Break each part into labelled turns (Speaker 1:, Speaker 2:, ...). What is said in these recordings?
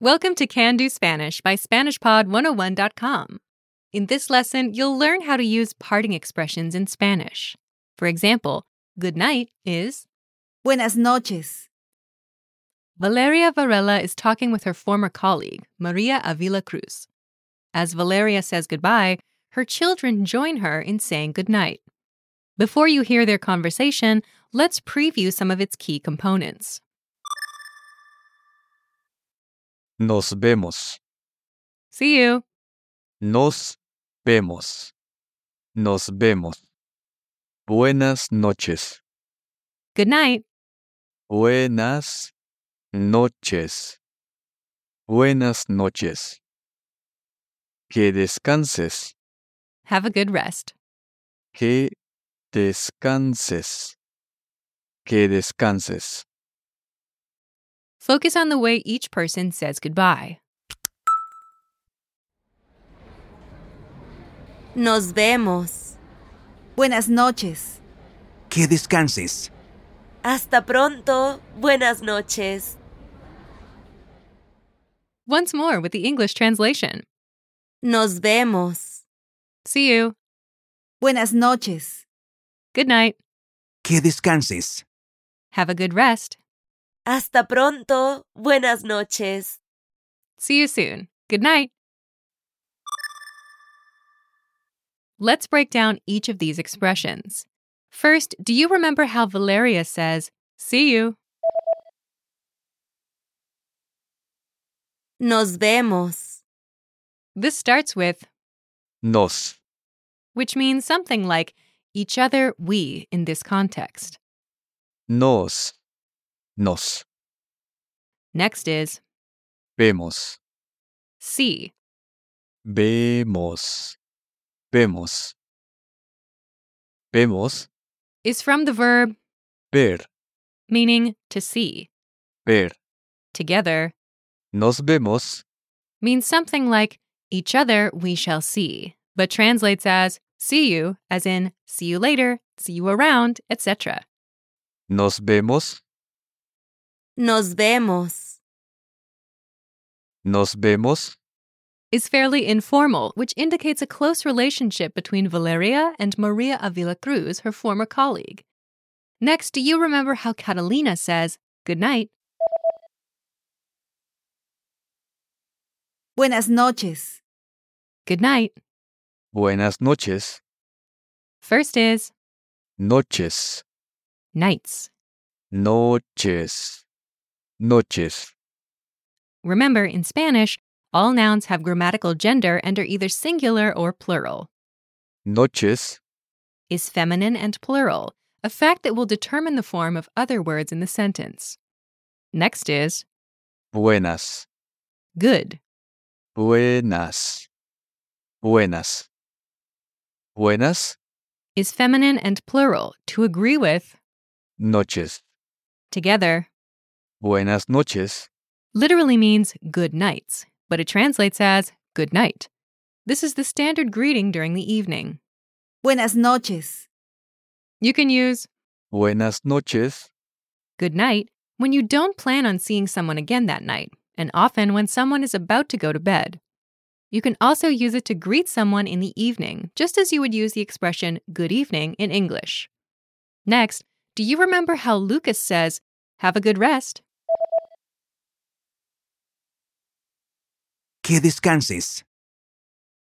Speaker 1: Welcome to Can Do Spanish oh by SpanishPod101.com. In this lesson, you'll learn how to use parting expressions in Spanish. For example, good night is
Speaker 2: Buenas noches.
Speaker 1: Valeria Varela is talking with her former colleague, Maria Avila Cruz. As Valeria says goodbye, her children join her in saying goodnight. Before you hear their conversation, let's preview some of its key components.
Speaker 3: Nos vemos.
Speaker 1: See you.
Speaker 3: Nos vemos. Nos vemos. Buenas noches.
Speaker 1: Good night.
Speaker 3: Buenas noches. Buenas noches. Que descanses.
Speaker 1: Have a good rest.
Speaker 3: Que descanses. Que descanses.
Speaker 1: Focus on the way each person says goodbye.
Speaker 4: Nos vemos.
Speaker 2: Buenas noches.
Speaker 5: Que descanses.
Speaker 4: Hasta pronto. Buenas noches.
Speaker 1: Once more with the English translation.
Speaker 4: Nos vemos.
Speaker 1: See you.
Speaker 2: Buenas noches.
Speaker 1: Good night.
Speaker 5: Que descanses.
Speaker 1: Have a good rest.
Speaker 4: Hasta pronto. Buenas noches.
Speaker 1: See you soon. Good night. Let's break down each of these expressions. First, do you remember how Valeria says, see you?
Speaker 4: Nos vemos.
Speaker 1: This starts with,
Speaker 3: Nos.
Speaker 1: which means something like each other, we in this context.
Speaker 3: Nos. Nos.
Speaker 1: Next is,
Speaker 3: Vemos.
Speaker 1: see,
Speaker 3: Vemos. Vemos. Vemos.
Speaker 1: is from the verb
Speaker 3: Ver.
Speaker 1: meaning to see.
Speaker 3: Ver.
Speaker 1: Together
Speaker 3: Nos vemos.
Speaker 1: means something like each other we shall see, but translates as see you, as in see you later, see you around, etc.
Speaker 3: Nos vemos.
Speaker 4: Nos vemos.
Speaker 3: Nos vemos.
Speaker 1: Is fairly informal, which indicates a close relationship between Valeria and Maria Avila Cruz, her former colleague. Next, do you remember how Catalina says good night
Speaker 2: Buenas noches.
Speaker 1: Good night.
Speaker 3: Buenas noches.
Speaker 1: First is
Speaker 3: Noches.
Speaker 1: nights.
Speaker 3: Noches. Noches.
Speaker 1: Remember, in Spanish, all nouns have grammatical gender and are either singular or plural.
Speaker 3: Noches.
Speaker 1: Is feminine and plural, a fact that will determine the form of other words in the sentence. Next is
Speaker 3: Buenas.
Speaker 1: good.
Speaker 3: Buenas. Buenas. Buenas
Speaker 1: Is feminine and plural, to agree with,
Speaker 3: noches.
Speaker 1: together,
Speaker 3: Buenas noches.
Speaker 1: literally means good nights, but it translates as good night. This is the standard greeting during the evening.
Speaker 2: Buenas noches.
Speaker 1: You can use
Speaker 3: Buenas noches.
Speaker 1: good night when you don't plan on seeing someone again that night, and often when someone is about to go to bed. You can also use it to greet someone in the evening, just as you would use the expression good evening in English. Next, do you remember how Lucas says, have a good rest?
Speaker 5: Que descanses.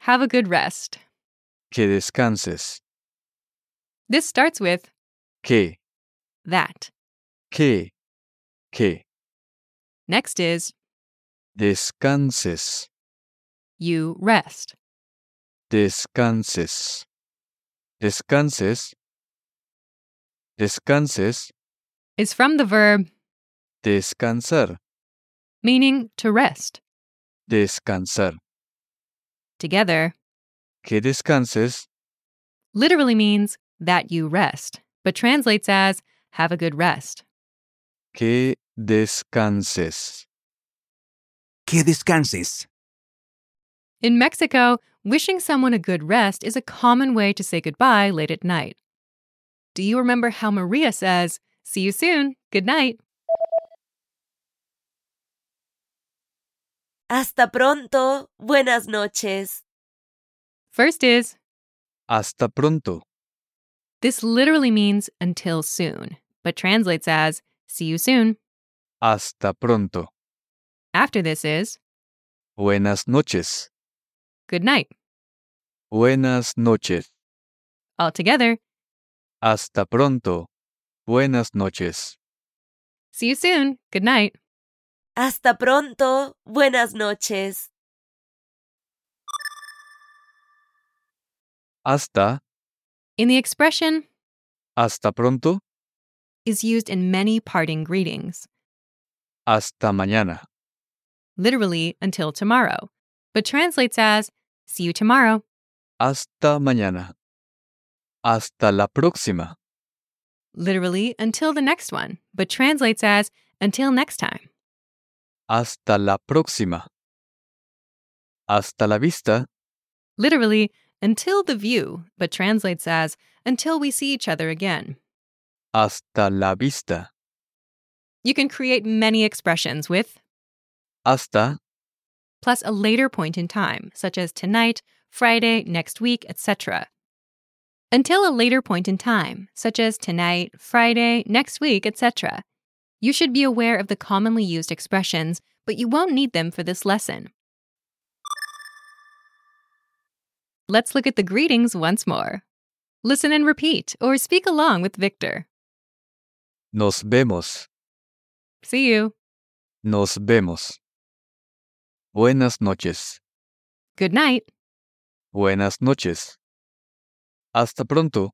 Speaker 1: Have a good rest.
Speaker 3: Que descanses.
Speaker 1: This starts with
Speaker 3: Que.
Speaker 1: that.
Speaker 3: Que. Que.
Speaker 1: Next is
Speaker 3: Descanses.
Speaker 1: you rest.
Speaker 3: Descanses. Descanses. Descanses.
Speaker 1: Is from the verb
Speaker 3: Descansar.
Speaker 1: meaning to rest.
Speaker 3: Descansar.
Speaker 1: Together,
Speaker 3: Que descanses.
Speaker 1: literally means that you rest, but translates as have a good rest.
Speaker 3: Que descanses.
Speaker 5: Que descanses.
Speaker 1: In Mexico, wishing someone a good rest is a common way to say goodbye late at night. Do you remember how Maria says, See you soon, good night?
Speaker 4: Hasta pronto. Buenas noches.
Speaker 1: First is
Speaker 3: Hasta pronto.
Speaker 1: this literally means until soon, but translates as see you soon.
Speaker 3: Hasta pronto.
Speaker 1: After this is
Speaker 3: Buenas noches.
Speaker 1: good night.
Speaker 3: Buenas noches.
Speaker 1: Altogether,
Speaker 3: Hasta pronto. Buenas noches.
Speaker 1: see you soon. Good night.
Speaker 4: Hasta pronto. Buenas noches.
Speaker 3: Hasta,
Speaker 1: In the expression
Speaker 3: hasta pronto,
Speaker 1: is used in many parting greetings,
Speaker 3: hasta mañana.
Speaker 1: literally until tomorrow, but translates as see you tomorrow.
Speaker 3: Hasta mañana. Hasta la próxima.
Speaker 1: literally until the next one, but translates as until next time.
Speaker 3: Hasta la próxima. Hasta la vista.
Speaker 1: Literally until the view, but translates as until we see each other again.
Speaker 3: Hasta la vista.
Speaker 1: You can create many expressions with
Speaker 3: Hasta,
Speaker 1: plus a later point in time, such as tonight, Friday, next week, etc. Until a later point in time, such as tonight, Friday, next week, etc. You should be aware of the commonly used expressions, but you won't need them for this lesson. Let's look at the greetings once more. Listen and repeat, or speak along with Victor.
Speaker 3: nos vemos.
Speaker 1: See you.
Speaker 3: Nos vemos. Buenas noches.
Speaker 1: Good night.
Speaker 3: Buenas noches. Hasta pronto.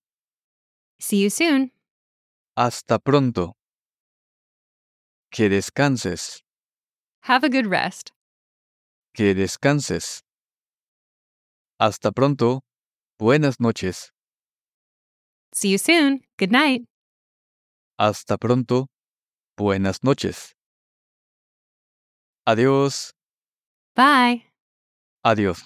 Speaker 1: See you soon.
Speaker 3: Hasta pronto. Que descanses.
Speaker 1: Have a good rest.
Speaker 3: Que descanses. Hasta pronto. Buenas noches.
Speaker 1: See you soon. Good night.
Speaker 3: Hasta pronto. Buenas noches. Adiós.
Speaker 1: Bye.
Speaker 3: Adiós.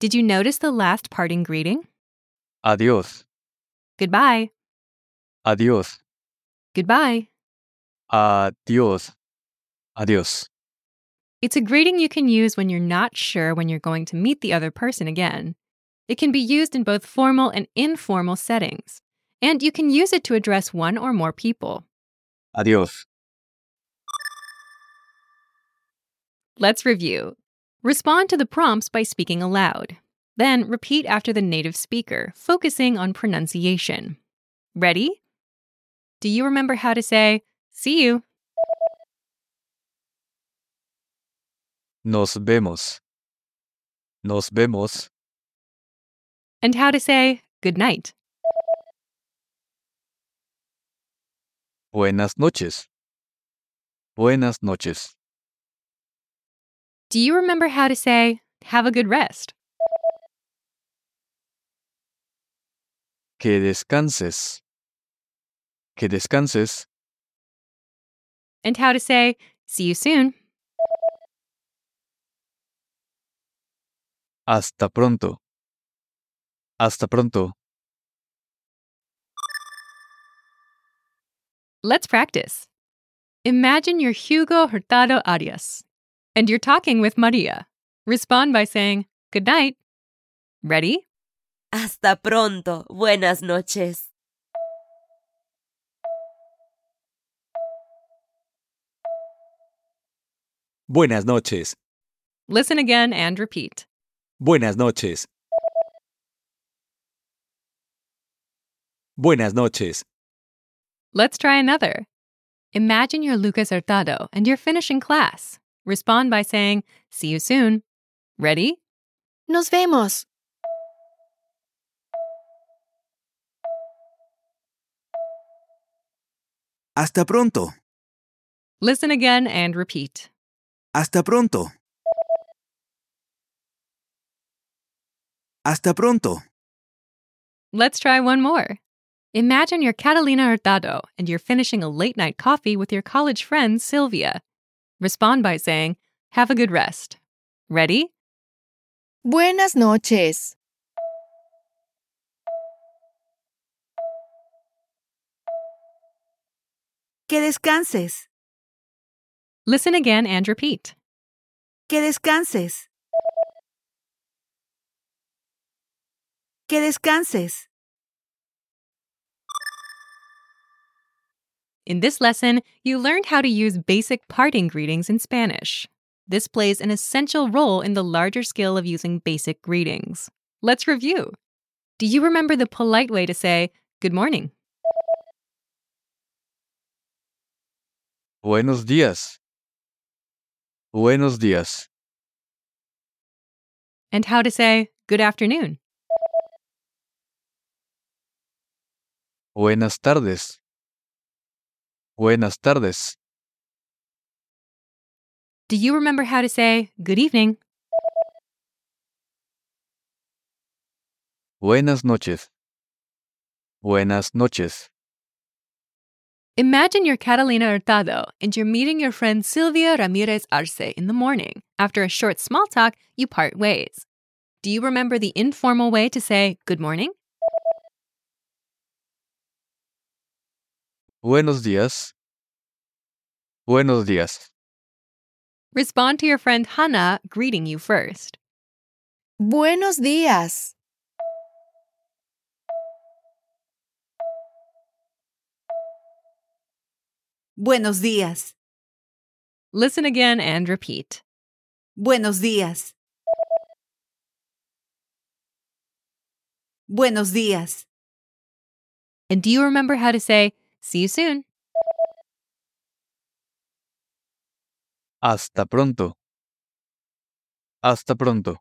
Speaker 1: Did you notice the last parting greeting?
Speaker 3: Adiós.
Speaker 1: Goodbye.
Speaker 3: Adiós.
Speaker 1: Goodbye.
Speaker 3: Adiós. Adiós.
Speaker 1: It's a greeting you can use when you're not sure when you're going to meet the other person again. It can be used in both formal and informal settings, and you can use it to address one or more people.
Speaker 3: Adiós.
Speaker 1: Let's review. Respond to the prompts by speaking aloud. Then repeat after the native speaker, focusing on pronunciation. Ready? Do you remember how to say, see you?
Speaker 3: Nos vemos. Nos vemos.
Speaker 1: and how to say good night.
Speaker 3: Buenas noches. Buenas noches.
Speaker 1: Do you remember how to say have a good rest?
Speaker 3: Que descanses. Que descanses.
Speaker 1: And how to say see you soon?
Speaker 3: Hasta pronto. Hasta pronto.
Speaker 1: Let's practice. Imagine you're Hugo Hurtado Arias and you're talking with Maria. Respond by saying good night. Ready?
Speaker 4: Hasta pronto. Buenas noches.
Speaker 5: Buenas noches.
Speaker 1: Listen again and repeat.
Speaker 5: Buenas noches. Buenas noches.
Speaker 1: Let's try another. Imagine you're Lucas Hurtado and you're finishing class. Respond by saying see you soon. Ready?
Speaker 6: Nos vemos.
Speaker 5: Hasta pronto.
Speaker 1: Listen again and repeat.
Speaker 5: Hasta pronto. Hasta pronto.
Speaker 1: Let's try one more. Imagine you're Catalina Hurtado and you're finishing a late night coffee with your college friend Sylvia. Respond by saying, Have a good rest. Ready?
Speaker 6: Buenas noches.
Speaker 2: Que descanses.
Speaker 1: Listen again and repeat.
Speaker 2: Que descanses. Que descanses.
Speaker 1: In this lesson, you learned how to use basic parting greetings in Spanish. This plays an essential role in the larger skill of using basic greetings. Let's review. Do you remember the polite way to say good morning?
Speaker 3: Buenos días. Buenos días.
Speaker 1: And how to say good afternoon?
Speaker 3: Buenas tardes. Buenas tardes.
Speaker 1: Do you remember how to say good evening?
Speaker 3: Buenas noches. Buenas noches.
Speaker 1: Imagine you're Catalina Hurtado and you're meeting your friend Silvia Ramirez Arce in the morning. After a short small talk, you part ways. Do you remember the informal way to say good morning?
Speaker 3: Buenos días. Buenos días.
Speaker 1: Respond to your friend Hannah greeting you first.
Speaker 6: Buenos días.
Speaker 2: Buenos días.
Speaker 1: Listen again and repeat.
Speaker 2: Buenos días. Buenos días.
Speaker 1: And do you remember how to say see you soon?
Speaker 3: Hasta pronto. Hasta pronto.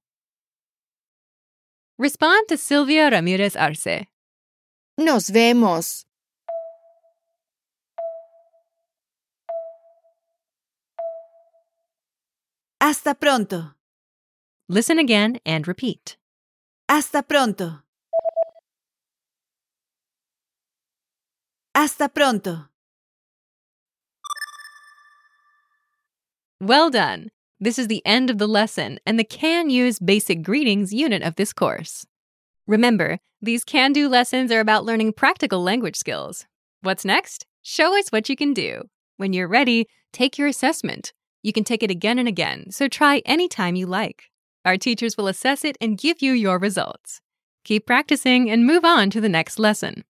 Speaker 1: Respond to Silvia Ramirez Arce.
Speaker 6: Nos vemos.
Speaker 2: Hasta pronto.
Speaker 1: Listen again and repeat.
Speaker 2: Hasta pronto. Hasta pronto.
Speaker 1: Well done! This is the end of the lesson and the Can Use Basic Greetings unit of this course. Remember, these Can Do lessons are about learning practical language skills. What's next? Show us what you can do. When you're ready, take your assessment. You can take it again and again, so try any time you like. Our teachers will assess it and give you your results. Keep practicing and move on to the next lesson.